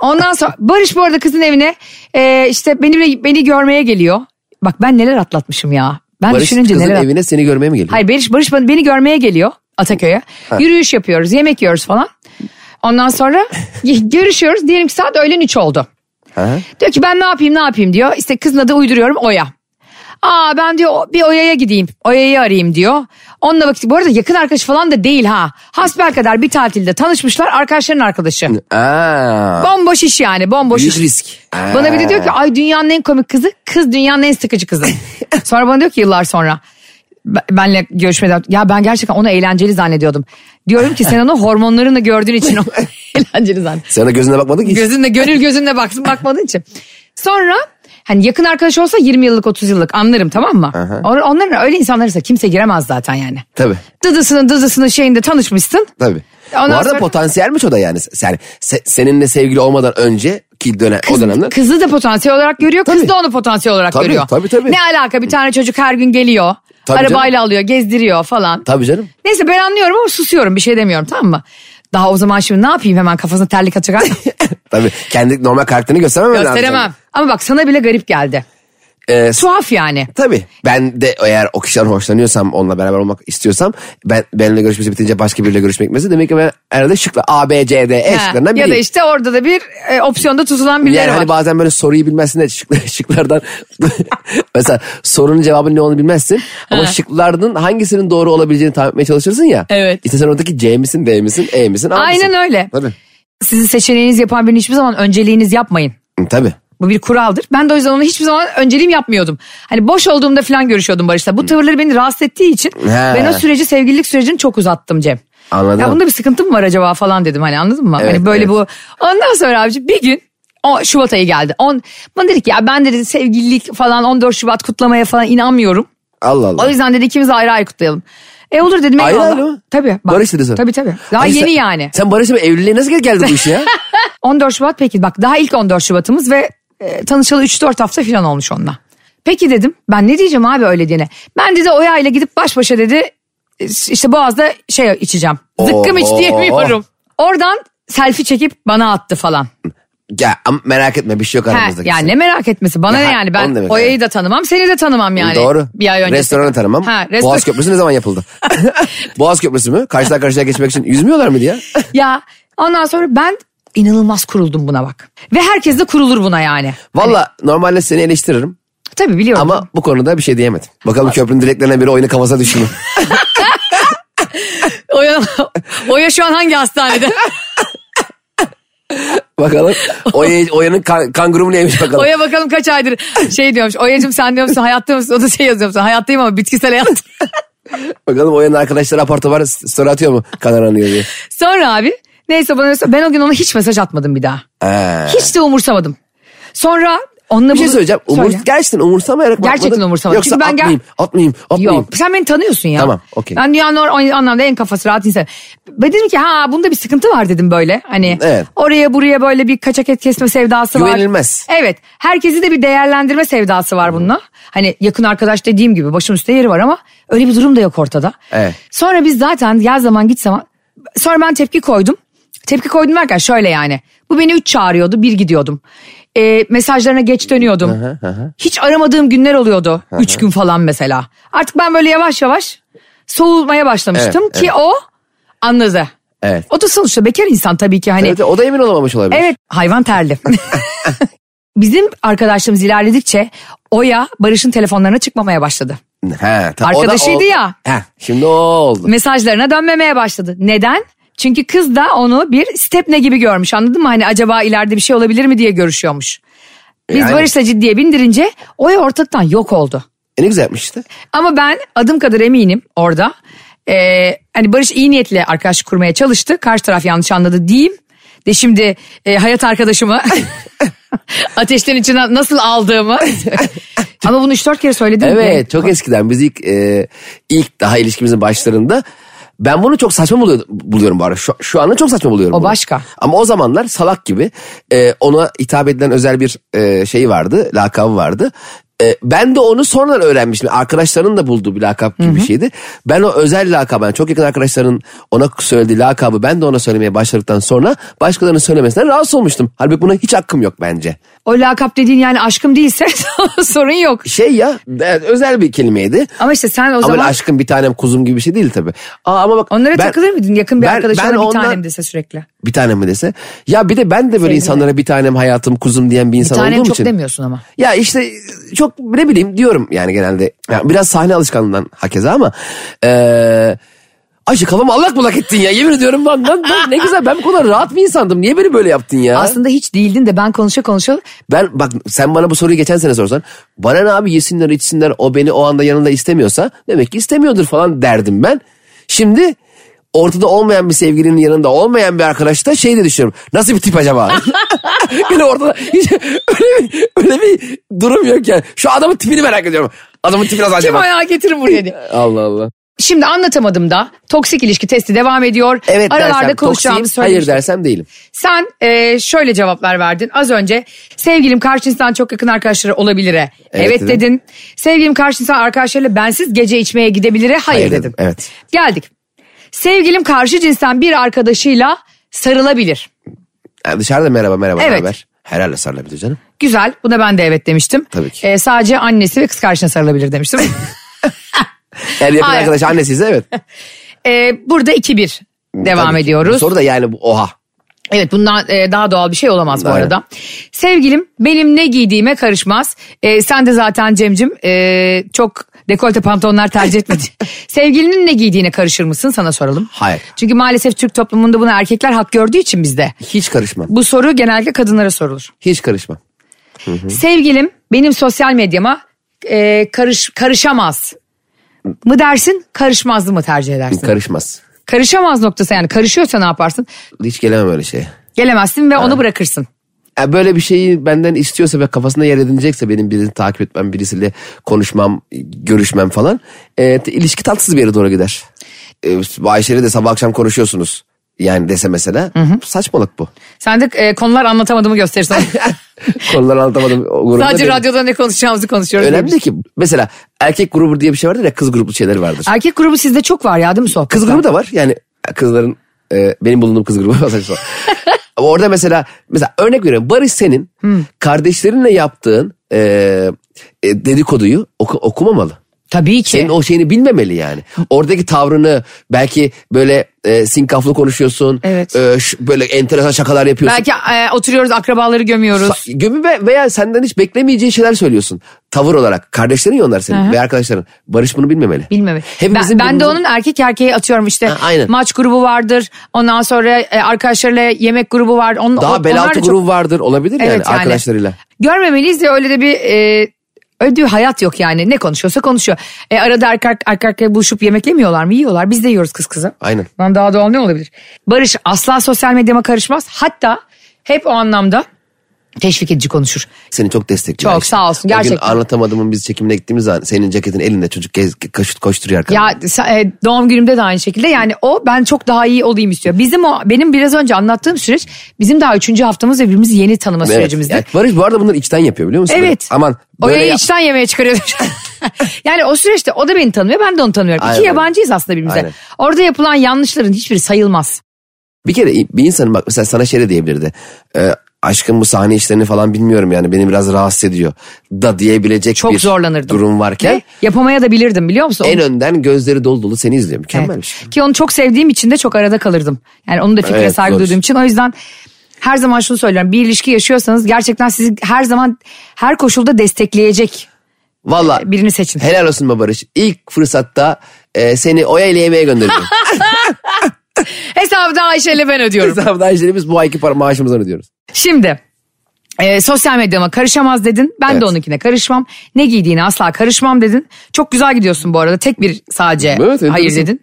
S2: Ondan sonra Barış bu arada kızın evine e, işte beni beni görmeye geliyor. Bak ben neler atlatmışım ya. Ben
S3: Barış
S2: düşününce neler
S3: kızın
S2: atlatmışım.
S3: evine seni görmeye mi geliyor?
S2: Hayır Barış, Barış bana- beni görmeye geliyor Ataköy'e. Yürüyüş yapıyoruz, yemek yiyoruz falan. Ondan sonra görüşüyoruz. Diyelim ki saat öğlen 3 oldu.
S3: Ha?
S2: Diyor ki ben ne yapayım ne yapayım diyor. İşte kızın adı uyduruyorum Oya. Aa ben diyor o- bir Oya'ya gideyim. Oya'yı arayayım diyor. Onunla vakit. Bu arada yakın arkadaş falan da değil ha. Hasbel kadar bir tatilde tanışmışlar arkadaşların arkadaşı.
S3: Aa,
S2: Bomboş iş yani bomboş
S3: büyük
S2: iş.
S3: risk.
S2: Bana bir de diyor ki ay dünyanın en komik kızı kız dünyanın en sıkıcı kızı. sonra bana diyor ki yıllar sonra b- benle görüşmeden ya ben gerçekten onu eğlenceli zannediyordum. Diyorum ki sen onu hormonlarını gördüğün için onu eğlenceli zannediyorsun.
S3: Sen ona gözüne bakmadın ki.
S2: Gözünle gönül gözünle baksın bakmadığın için. Sonra hani yakın arkadaş olsa 20 yıllık 30 yıllık anlarım tamam mı? On- Onların öyle insanlarsa kimse giremez zaten yani.
S3: Tabii.
S2: Dıdısının dıdısının şeyinde tanışmışsın.
S3: Tabii.
S2: Ondan
S3: Bu arada
S2: sonra-
S3: potansiyelmiş o da yani. Yani se- seninle sevgili olmadan önce ki dönem, o dönemde.
S2: Kızı da potansiyel olarak görüyor, kız
S3: Tabii.
S2: da onu potansiyel olarak
S3: Tabii,
S2: görüyor.
S3: tabii, tabii.
S2: Ne alaka bir tane çocuk her gün geliyor.
S3: Tabii
S2: arabayla alıyor, gezdiriyor falan.
S3: Tabii canım.
S2: Neyse ben anlıyorum ama susuyorum bir şey demiyorum tamam mı? Daha o zaman şimdi ne yapayım hemen kafasına terlik atacak.
S3: Tabii. Kendi normal karakterini gösteremem. lazım.
S2: Gösteremem. Ama bak sana bile garip geldi.
S3: Ee,
S2: Tuhaf yani.
S3: Tabii. Ben de eğer o kişiden hoşlanıyorsam onunla beraber olmak istiyorsam ben benimle görüşmesi bitince başka biriyle görüşmek mesela demek ki ben herhalde şıkla A, B, C, D, E
S2: Ha,
S3: şıklarından biriyim.
S2: ya da işte orada da bir e, opsiyonda tutulan birileri
S3: yani
S2: var.
S3: hani bazen böyle soruyu bilmezsin de şıklar, şıklardan mesela sorunun cevabının ne olduğunu bilmezsin ama
S2: Ha.
S3: şıklardan hangisinin doğru olabileceğini tahmin etmeye çalışırsın ya.
S2: Evet.
S3: İşte sen oradaki C misin, D misin, E misin, A
S2: Aynen
S3: mısın?
S2: öyle.
S3: Tabii.
S2: Sizin seçeneğiniz yapan birini hiçbir zaman önceliğiniz yapmayın.
S3: Hı, Tabii.
S2: Bu bir kuraldır. Ben de o yüzden onu hiçbir zaman önceliğim yapmıyordum. Hani boş olduğumda falan görüşüyordum Barış'la. Bu tavırları beni rahatsız ettiği için
S3: He.
S2: ben o süreci sevgililik sürecini çok uzattım Cem.
S3: Anladım.
S2: Ya bunda bir sıkıntı mı var acaba falan dedim hani anladın mı?
S3: Evet,
S2: hani böyle
S3: evet.
S2: bu. Ondan sonra abici bir gün o Şubat ayı geldi. On, bana dedi ki ya ben dedi sevgililik falan 14 Şubat kutlamaya falan inanmıyorum.
S3: Allah Allah.
S2: O yüzden dedi ikimiz ayrı ayrı kutlayalım. E olur dedim.
S3: Ayrı
S2: eyvallah.
S3: ayrı mı?
S2: Tabii. bak.
S3: Barış dedi sonra.
S2: Tabii tabii. Daha
S3: Hayır,
S2: yeni
S3: sen-
S2: yani.
S3: Sen Barış'la evliliğe nasıl geldi bu iş ya?
S2: 14 Şubat peki bak daha ilk 14 Şubat'ımız ve e, tanışalı 3-4 hafta falan olmuş onunla. Peki dedim ben ne diyeceğim abi öyle diyene. Ben dedi Oya ile gidip baş başa dedi e, işte Boğaz'da şey içeceğim. Zıkkım iç
S3: Oo.
S2: diyemiyorum. Oradan selfie çekip bana attı falan.
S3: ya ama merak etme bir şey yok
S2: He,
S3: aramızda.
S2: yani ne merak etmesi bana
S3: Ya,
S2: ne yani
S3: onu
S2: ben
S3: demek
S2: Oya'yı
S3: yani.
S2: da tanımam seni de tanımam yani.
S3: Doğru.
S2: Bir ay önce.
S3: Restoranı tanımam.
S2: Ha, restor-
S3: Boğaz Köprüsü ne zaman yapıldı? Boğaz Köprüsü mü? Karşıdan karşıya geçmek için yüzmüyorlar mıydı ya?
S2: Ya ondan sonra ben inanılmaz kuruldum buna bak. Ve herkes de kurulur buna yani.
S3: Valla normalde seni eleştiririm.
S2: Tabii biliyorum.
S3: Ama bu konuda bir şey diyemedim. Bakalım köprünün direklerinden biri oyunu kafasına düştü mü?
S2: Oya, Oya şu an hangi hastanede?
S3: bakalım. Oya, Oya'nın kan, kangurumu neymiş bakalım.
S2: Oya bakalım kaç aydır şey diyormuş. Oyacım sen diyor musun hayatta mısın? O da şey yazıyor musun? Hayattayım ama bitkisel hayat.
S3: Bakalım Oya'nın arkadaşları apar topar story atıyor mu? Kanar anıyor diye.
S2: Sonra abi neyse bana ben o gün ona hiç mesaj atmadım bir daha.
S3: Ee,
S2: Hiç de umursamadım. Sonra onunla
S3: bir şey
S2: bunu-
S3: söyleyeceğim. Umur,
S2: Söyle.
S3: gerçekten umursamayarak mı
S2: Gerçekten
S3: atmadın?
S2: umursamadım.
S3: Yoksa
S2: Çünkü ben gel-
S3: atmayayım, atmayayım, atmayayım.
S2: Yok sen beni tanıyorsun ya.
S3: Tamam, okey.
S2: Ben dünyanın o o anlamda en kafası rahat insan. Ben dedim ki ha bunda bir sıkıntı var dedim böyle. Hani
S3: Evet.
S2: oraya buraya böyle bir kaçak et kesme sevdası var.
S3: Güvenilmez.
S2: Evet herkesi de bir değerlendirme sevdası var bununla. Hani yakın arkadaş dediğim gibi başım üstte yeri var ama öyle bir durum da yok ortada.
S3: Evet.
S2: Sonra biz zaten gel zaman git zaman. Sonra ben tepki koydum. Tepki koydum derken şöyle yani. Bu beni üç çağırıyordu bir gidiyordum. Ee, mesajlarına geç dönüyordum. Hiç aramadığım günler oluyordu. Üç gün falan mesela. Artık ben böyle yavaş yavaş soğumaya başlamıştım
S3: Evet,
S2: ki o anladı.
S3: Evet.
S2: O da sonuçta bekar insan tabii ki hani.
S3: Evet, o da emin olamamış olabilir.
S2: Evet hayvan terli. Bizim arkadaşlığımız ilerledikçe Oya Barış'ın telefonlarına çıkmamaya başladı.
S3: He, ta- o da
S2: Arkadaşıydı
S3: oldu.
S2: ya.
S3: He, şimdi o oldu.
S2: Mesajlarına dönmemeye başladı. Neden? Çünkü kız da onu bir stepne gibi görmüş anladın mı? Hani acaba ileride bir şey olabilir mi diye görüşüyormuş. Biz
S3: Yani.
S2: Barış'la ciddiye bindirince Oya ortadan yok oldu.
S3: E ne güzel yapmış işte.
S2: Ama ben adım kadar eminim orada. Ee, hani Barış iyi niyetle arkadaş kurmaya çalıştı. Karşı taraf yanlış anladı diyeyim. De şimdi e, hayat arkadaşımı ateşten içine nasıl aldığımı. Ama bunu 3-4 kere söyledim.
S3: Evet çok eskiden biz ilk, e, ilk daha ilişkimizin başlarında ben bunu çok saçma buluyordum- buluyorum bu arada. Şu, şu anda çok saçma buluyorum.
S2: O
S3: bunu.
S2: başka.
S3: Ama o zamanlar salak gibi e, ona hitap edilen özel bir e, şey vardı, lakabı vardı. E, ben de onu sonradan öğrenmiştim. Arkadaşlarının da bulduğu bir lakap gibi bir şeydi. Ben o özel lakabı, yani çok yakın arkadaşların ona söylediği lakabı ben de ona söylemeye başladıktan sonra başkalarının söylemesinden rahatsız olmuştum. Halbuki buna hiç hakkım yok bence.
S2: O lakap dediğin yani aşkım değilse sorun yok.
S3: Şey ya evet, özel bir kelimeydi.
S2: Ama işte sen o
S3: Ama
S2: zaman
S3: aşkım bir tanem kuzum gibi bir şey değil tabii. Aa, ama bak,
S2: onlara
S3: ben-
S2: takılır mıydın? Yakın bir
S3: ben-
S2: arkadaşına
S3: ben
S2: bir
S3: ondan-
S2: tanem dese sürekli.
S3: Bir tanem mi dese. Ya bir de ben de böyle
S2: Sevgili.
S3: insanlara bir tanem hayatım kuzum diyen bir
S2: Bir
S3: insan
S2: tanem
S3: olduğum
S2: çok
S3: için.
S2: demiyorsun ama.
S3: Ya işte çok ne bileyim diyorum yani genelde. Ya biraz sahne alışkanlığından hakeza ama. eee Ayşe kafamı allak bullak ettin ya yemin ediyorum lan, lan, lan ne güzel ben bu kadar rahat bir insandım. Niye beni böyle yaptın ya?
S2: Aslında hiç değildin de ben konuşa konuşa
S3: Ben bak sen bana bu soruyu geçen sene sorsan bana ne abi yesinler içsinler o beni o anda yanında istemiyorsa demek ki istemiyordur falan derdim ben. Şimdi ortada olmayan bir sevgilinin yanında olmayan bir arkadaşta şey de düşünüyorum. Nasıl bir tip acaba? Yine ortada hiç öyle bir, öyle bir durum yok yani. Şu adamın tipini merak ediyorum. Adamın tipi nasıl
S2: kim
S3: acaba?
S2: ayağa getirin buraya diye.
S3: Allah Allah.
S2: Şimdi anlatamadım da toksik ilişki testi devam ediyor.
S3: Evet
S2: Aralarda
S3: dersem
S2: konuşacağımı
S3: toksiyim, hayır
S2: söylemiştim.
S3: dersem değilim.
S2: Sen e, şöyle cevaplar verdin az önce. Sevgilim karşı insan çok yakın arkadaşları olabilire. Evet,
S3: Evet dedim.
S2: dedin. Sevgilim karşı insan arkadaşlarıyla bensiz gece içmeye gidebilire. Hayır,
S3: Hayır
S2: dedin.
S3: dedim, evet.
S2: Geldik. Sevgilim karşı cinsten bir arkadaşıyla sarılabilir.
S3: Yani dışarıda merhaba merhaba
S2: Evet.
S3: evet. haber? Herhalde sarılabilir canım.
S2: Güzel. Buna ben de evet demiştim.
S3: Tabii ki.
S2: E, sadece annesi ve kız kardeşine sarılabilir demiştim.
S3: Eğer yakın
S2: Hayır.
S3: arkadaş annesiyse evet.
S2: E, burada 2-1 devam
S3: Tabii ki.
S2: ediyoruz.
S3: Soru da yani bu- oha.
S2: Evet bundan e, daha doğal bir şey olamaz bu
S3: Aynen.
S2: arada. Sevgilim benim ne giydiğime karışmaz. E, sen de zaten Cemcim e, çok dekolte pantolonlar tercih etmedi. Sevgilinin ne giydiğine karışır mısın sana soralım.
S3: Hayır.
S2: Çünkü maalesef Türk toplumunda buna erkekler hak gördüğü için bizde.
S3: Hiç karışmam.
S2: Bu soru genellikle kadınlara sorulur.
S3: Hiç karışmam.
S2: Sevgilim benim sosyal medyama e, karış karışamaz mı dersin karışmaz mı tercih edersin?
S3: Karışmaz.
S2: karışamaz noktası yani karışıyorsa ne yaparsın?
S3: Hiç gelemem öyle şeye.
S2: Gelemezsin ve onu bırakırsın.
S3: Ya böyle bir şeyi benden istiyorsa ve kafasında yer edinecekse benim birini takip etmem, birisiyle konuşmam, görüşmem falan. e, t- ilişki tatsız bir yere doğru gider. E, Ayşe'yle de sabah akşam konuşuyorsunuz. Yani dese mesela saçmalık bu.
S2: Sen de e, konular anlatamadığımı gösterirsen.
S3: Konuları anlatamadım. o grubunda
S2: Sadece
S3: değilim.
S2: radyoda ne konuşacağımızı konuşuyoruz.
S3: Önemli
S2: demiş.
S3: değil ki mesela erkek grubu diye bir şey vardır ya kız gruplu şeyler vardır.
S2: Erkek grubu sizde çok var ya değil mi sohbet?
S3: Kız grubu da var yani kızların e, benim bulunduğum kız grubu var saçma. Ama orada mesela mesela örnek veriyorum Barış senin
S2: Hmm.
S3: kardeşlerinle yaptığın e, e, dedikoduyu oku- okumamalı.
S2: Tabii ki.
S3: Senin o şeyini bilmemeli yani. Oradaki tavrını belki böyle e, sinkaflı konuşuyorsun.
S2: Evet.
S3: e, ş- böyle enteresan şakalar yapıyorsun.
S2: Belki e, oturuyoruz akrabaları gömüyoruz.
S3: Sa- Gömü ve- veya senden hiç beklemeyeceği şeyler söylüyorsun. Tavır olarak. Kardeşlerin ya onlar senin
S2: Hı hı.
S3: ve arkadaşların. Barış bunu bilmemeli.
S2: Bilmemeli.
S3: Hepimizin
S2: ben, ben de
S3: birbirimizin-
S2: onun erkek erkeğe atıyorum işte.
S3: Ha, aynen.
S2: Maç grubu vardır. Ondan sonra e, arkadaşlarla yemek grubu var. Onun,
S3: Daha
S2: o- onlar da
S3: belaltı
S2: çok-
S3: grubu vardır olabilir yani,
S2: Evet yani.
S3: arkadaşlarıyla.
S2: Görmemeliyiz diye öyle de bir e, öyle de bir hayat yok yani. Ne konuşuyorsa konuşuyor. E, arada arka, arka arkaya buluşup yemek yemiyorlar mı? Yiyorlar. Biz de yiyoruz kız kıza.
S3: Aynen.
S2: Lan daha doğal ne olabilir? Barış asla sosyal medyama karışmaz. Hatta hep o anlamda teşvik edici konuşur.
S3: Seni çok destekliyor.
S2: Çok
S3: Ayşe.
S2: sağ olsun,
S3: O gün
S2: gerçekten.
S3: anlatamadığımın biz çekimine gittiğimiz zaman senin ceketin elinde çocuk gez, koşut, koşturuyor arkada.
S2: Ya sa- e, doğum günümde de aynı şekilde yani o ben çok daha iyi olayım istiyor. Bizim o benim biraz önce anlattığım süreç bizim daha üçüncü haftamız ve birbirimizi yeni tanıma
S3: Evet.
S2: sürecimizdi.
S3: Yani Barış bu arada bunları içten yapıyor biliyor musun?
S2: Evet.
S3: Böyle, aman
S2: O
S3: böyle
S2: yayı
S3: yap-
S2: içten yemeğe çıkarıyordu. yani o süreçte o da beni tanımıyor ben de onu tanımıyorum.
S3: Aynen.
S2: İki yabancıyız aslında birbirimize.
S3: Aynen.
S2: Orada yapılan yanlışların hiçbiri sayılmaz.
S3: Bir kere bir insanın bak mesela sana şey de diyebilirdi. Ee, aşkım bu sahne işlerini falan bilmiyorum yani beni biraz rahatsız ediyor. Da diyebilecek
S2: Çok
S3: bir
S2: zorlanırdım.
S3: durum varken
S2: Ve yapamaya da bilirdim biliyor musun?
S3: en
S2: Onu-
S3: önden gözleri dolu dolu seni izliyor. Mükemmel
S2: Evet.
S3: bir şey.
S2: Ki onu çok sevdiğim için de çok arada kalırdım. Yani onun da fikre
S3: Evet,
S2: saygı
S3: doğru.
S2: duyduğum için. O yüzden her zaman şunu söylüyorum. Bir ilişki yaşıyorsanız gerçekten sizi her zaman her koşulda destekleyecek
S3: Valla
S2: birini seçin.
S3: helal olsun be Barış. İlk fırsatta e, seni Oya ile yemeğe gönderiyorum.
S2: Hesabı da Ayşe ile ben ödüyorum.
S3: Hesabı da Ayşe'yle biz bu ayki para maaşımızdan ödüyoruz.
S2: Şimdi e, sosyal medyama karışamaz dedin. Ben
S3: Evet.
S2: de onunkine karışmam. Ne giydiğine asla karışmam dedin. Çok güzel gidiyorsun bu arada. Tek bir sadece
S3: enteresan.
S2: hayır dedin.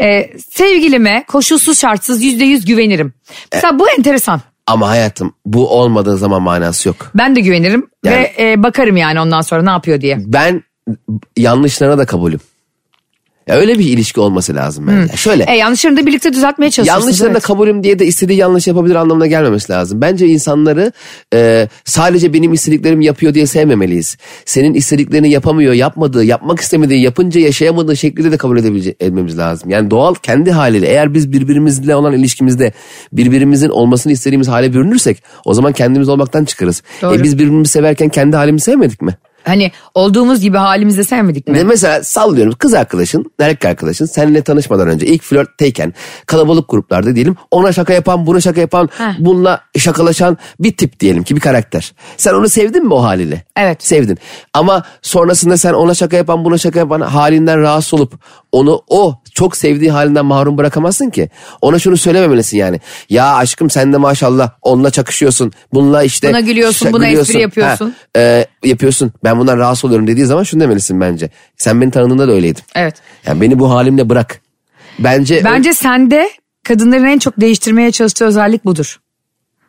S2: E, sevgilime koşulsuz şartsız yüzde yüz güvenirim. Mesela bu enteresan.
S3: Ama hayatım bu olmadığı zaman manası yok.
S2: Ben de güvenirim
S3: Yani-
S2: ve e, bakarım yani ondan sonra ne yapıyor diye.
S3: Ben yanlışlarına da kabulüm. Ya öyle bir ilişki olması lazım bence. Şöyle.
S2: E, yanlışlarını da birlikte düzeltmeye çalışıyorsunuz.
S3: Yanlışlarına
S2: evet.
S3: kabulüm diye de istediği yanlış yapabilir anlamına gelmemesi lazım. Bence insanları e, sadece benim istediklerim yapıyor diye sevmemeliyiz. Senin istediklerini yapamıyor, yapmadığı, yapmak istemediği, yapınca yaşayamadığı şekilde de kabul edebile- etmemiz lazım. Yani doğal kendi haliyle eğer biz birbirimizle olan ilişkimizde birbirimizin olmasını istediğimiz hale bürünürsek o zaman kendimiz olmaktan çıkarız.
S2: Doğru.
S3: E, biz birbirimizi severken kendi halimizi sevmedik mi?
S2: Hani olduğumuz gibi halimizi sevmedik mi?
S3: Ve mesela sallıyorum kız arkadaşın, erkek arkadaşın seninle tanışmadan önce ilk flörtteyken kalabalık gruplarda diyelim ona şaka yapan, buna şaka yapan,
S2: Heh.
S3: bununla şakalaşan bir tip diyelim ki bir karakter. Sen onu sevdin mi o haliyle?
S2: Evet.
S3: Sevdin. Ama sonrasında sen ona şaka yapan, buna şaka yapan halinden rahatsız olup onu o çok sevdiği halinden mahrum bırakamazsın ki. Ona şunu söylememelisin yani. Ya aşkım sen de maşallah onunla çakışıyorsun. Bununla işte
S2: Buna gülüyorsun,
S3: şa-
S2: buna espri
S3: gülüyorsun.
S2: yapıyorsun.
S3: Ha, e, yapıyorsun. Ben bundan rahatsız oluyorum dediği zaman şunu demelisin bence. Sen beni tanıdığında da öyleydim.
S2: Evet.
S3: Yani beni bu halimle bırak. Bence
S2: Bence sende kadınların en çok değiştirmeye çalıştığı özellik budur.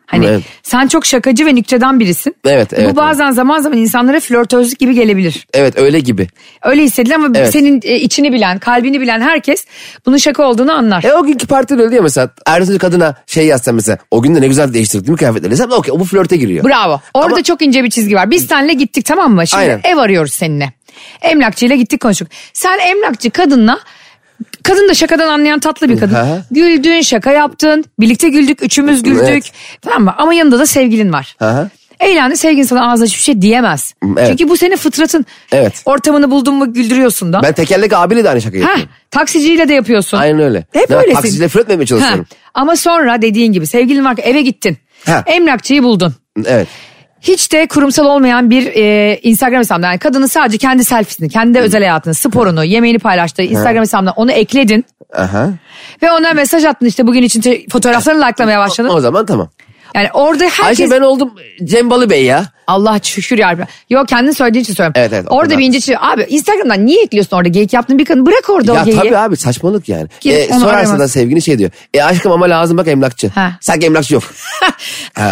S2: Hani
S3: Evet.
S2: sen çok şakacı ve nükteden birisin.
S3: Evet, evet,
S2: Bu bazen zaman zaman insanlara flörtözlük gibi gelebilir.
S3: evet öyle gibi.
S2: Öyle hissedilir ama
S3: Evet.
S2: senin e, içini bilen, kalbini bilen herkes bunun şaka olduğunu anlar.
S3: E o günkü partide öyle ya mesela. Ertesi kadına şey yazsan mesela. O gün de ne güzel değiştirdik değil mi kıyafetleri? Desem okey o bu flörte giriyor.
S2: Bravo. Orada
S3: Ama-
S2: çok ince bir çizgi var. Biz seninle gittik tamam mı? Şimdi
S3: Aynen.
S2: ev arıyoruz seninle. Emlakçıyla gittik konuştuk. Sen emlakçı kadınla Kadın da şakadan anlayan tatlı bir kadın.
S3: Hı.
S2: Güldün, şaka yaptın. Birlikte güldük, üçümüz güldük.
S3: Evet.
S2: Tamam mı? Ama yanında da sevgilin var.
S3: Hı.
S2: Eğlendin, sevgilin sana ağzına hiçbir şey diyemez.
S3: Hmm, Evet.
S2: Çünkü bu senin fıtratın.
S3: Evet.
S2: Ortamını buldun mu güldürüyorsun da.
S3: Ben tekerlek abiyle de aynı şakayı
S2: Heh,
S3: yapıyorum.
S2: taksiciyle de yapıyorsun.
S3: Aynen öyle.
S2: Hep
S3: Ben
S2: öylesin.
S3: taksiciyle flört etmeye çalışıyorum.
S2: Heh, Ama sonra dediğin gibi sevgilin var ki eve gittin.
S3: Heh.
S2: Emlakçıyı buldun.
S3: Evet.
S2: Hiç de kurumsal olmayan bir e, Instagram hesabından yani kadının sadece kendi selfiesini, kendi özel hayatını, sporunu, yemeğini paylaştığı Instagram hesabından onu ekledin
S3: Aha.
S2: ve ona mesaj attın işte bugün için te- fotoğraflarını like'lamaya başladın.
S3: O zaman tamam.
S2: Yani orada herkes
S3: Ayşe ben oldum Cem Balıbey ya.
S2: Allah şükür yarabbim. Yok kendin söylediğin için söylüyorum.
S3: Evet, evet, o
S2: orada
S3: kadar.
S2: bir ince çizgi- Abi Instagram'dan niye ekliyorsun orada geyik yaptın bir kadın bırak orada o
S3: Ya
S2: geyiği.
S3: tabii abi saçmalık yani.
S2: Gidip
S3: E,
S2: onu
S3: sorarsa
S2: aramaz.
S3: da sevgini şey diyor. E aşkım ama lazım bak emlakçı.
S2: Ha.
S3: Sanki emlakçı yok. ha,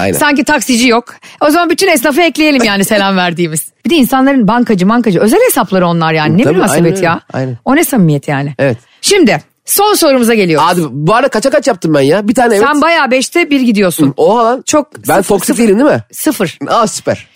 S3: aynen.
S2: Sanki taksici yok. O zaman bütün esnafı ekleyelim yani selam verdiğimiz. Bir de insanların bankacı bankacı özel hesapları onlar yani. Ne
S3: Tabii,
S2: münasebet
S3: aynen
S2: ya.
S3: öyle, aynen.
S2: O ne samimiyet yani.
S3: Evet.
S2: Şimdi son sorumuza geliyor.
S3: Abi bu arada kaça kaç yaptım ben ya? Bir tane evet.
S2: Sen bayağı beşte bir gidiyorsun.
S3: Oha lan.
S2: Çok
S3: Ben
S2: sıfır,
S3: toksik
S2: sıfır.
S3: değilim değil mi?
S2: Sıfır.
S3: Aa süper.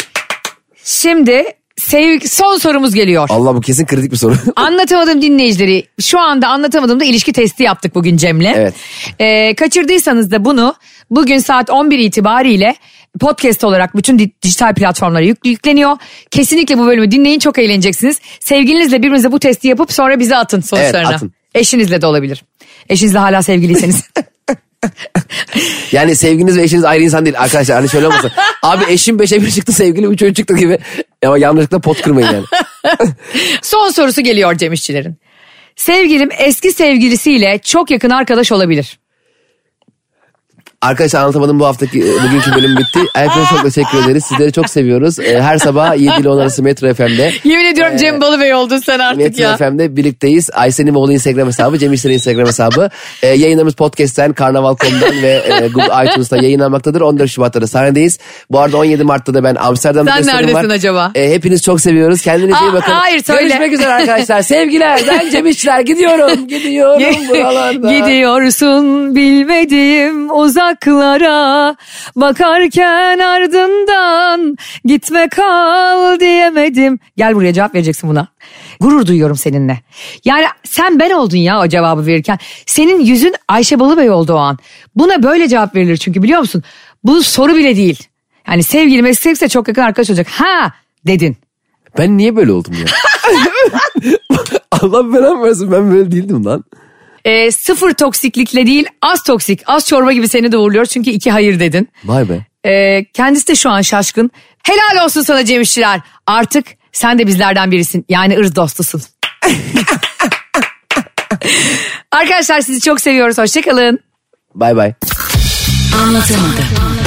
S2: Şimdi sev- son sorumuz geliyor.
S3: Allah bu kesin kritik bir soru.
S2: Anlatamadım dinleyicileri. Şu anda anlatamadığımda ilişki testi yaptık bugün Cem'le.
S3: Evet.
S2: Ee, kaçırdıysanız da bunu bugün saat 11 itibariyle podcast olarak bütün di- dijital platformlara yük- yükleniyor. Kesinlikle bu bölümü dinleyin çok eğleneceksiniz. Sevgilinizle birbirinize bu testi yapıp sonra bize atın sonuçlarını.
S3: atın.
S2: Eşinizle de olabilir. Eşinizle hala sevgiliyseniz.
S3: yani sevginiz ve eşiniz ayrı insan değil arkadaşlar. Hani şöyle olmasın. Abi eşim beşe bir çıktı sevgilim üçe üç çıktı gibi. Ama yanlışlıkla pot kırmayın yani.
S2: Son sorusu geliyor Cem İşçilerin. Sevgilim eski sevgilisiyle çok yakın arkadaş olabilir.
S3: Arkadaşlar anlatamadım bu haftaki e, bugünkü bölüm bitti. Herkese çok teşekkür ederiz. Sizleri çok seviyoruz. E, Her sabah 7 ile 10 arası Metro FM'de.
S2: Yemin ediyorum Cem Balıbey oldun sen artık
S3: Metro
S2: ya.
S3: FM'de birlikteyiz. Aysen'in oğlu Instagram hesabı, Cem İşler'in Instagram hesabı. E, yayınlarımız podcast'ten, Karnaval.com'dan ve e, Google iTunes'ta yayınlanmaktadır. 14 Şubat'ta da sahnedeyiz. Bu arada 17 Mart'ta da ben Amsterdam'da
S2: Sen
S3: gösterim
S2: neredesin
S3: var.
S2: acaba?
S3: E, hepiniz çok seviyoruz. Kendinize iyi
S2: Aa,
S3: bakın.
S2: hayır, söyle.
S3: Görüşmek üzere arkadaşlar. Sevgiler. Ben Cem İşler. Gidiyorum. Gidiyorum buralarda.
S2: Gidiyorsun bilmediğim uzaklara Bakarken ardından gitme kal diyemedim Gel buraya cevap vereceksin buna Gurur duyuyorum seninle Yani sen ben oldun ya o cevabı verirken Senin yüzün Ayşe Balıbey oldu o an Buna böyle cevap verilir çünkü biliyor musun Bu soru bile değil Yani sevgilim eksikse çok yakın arkadaş olacak Ha dedin
S3: Ben niye böyle oldum ya? Allah belamı versin ben böyle değildim lan.
S2: Ee, sıfır toksiklikle değil az toksik az çorba gibi seni doğruluyor çünkü iki hayır dedin.
S3: Vay be.
S2: Ee, kendisi de şu an şaşkın. Helal olsun sana Cem İşçiler. Artık sen de bizlerden birisin. Yani ırz dostusun. Arkadaşlar sizi çok seviyoruz. Hoşçakalın.
S3: Bay bay.
S4: Anlatamadım.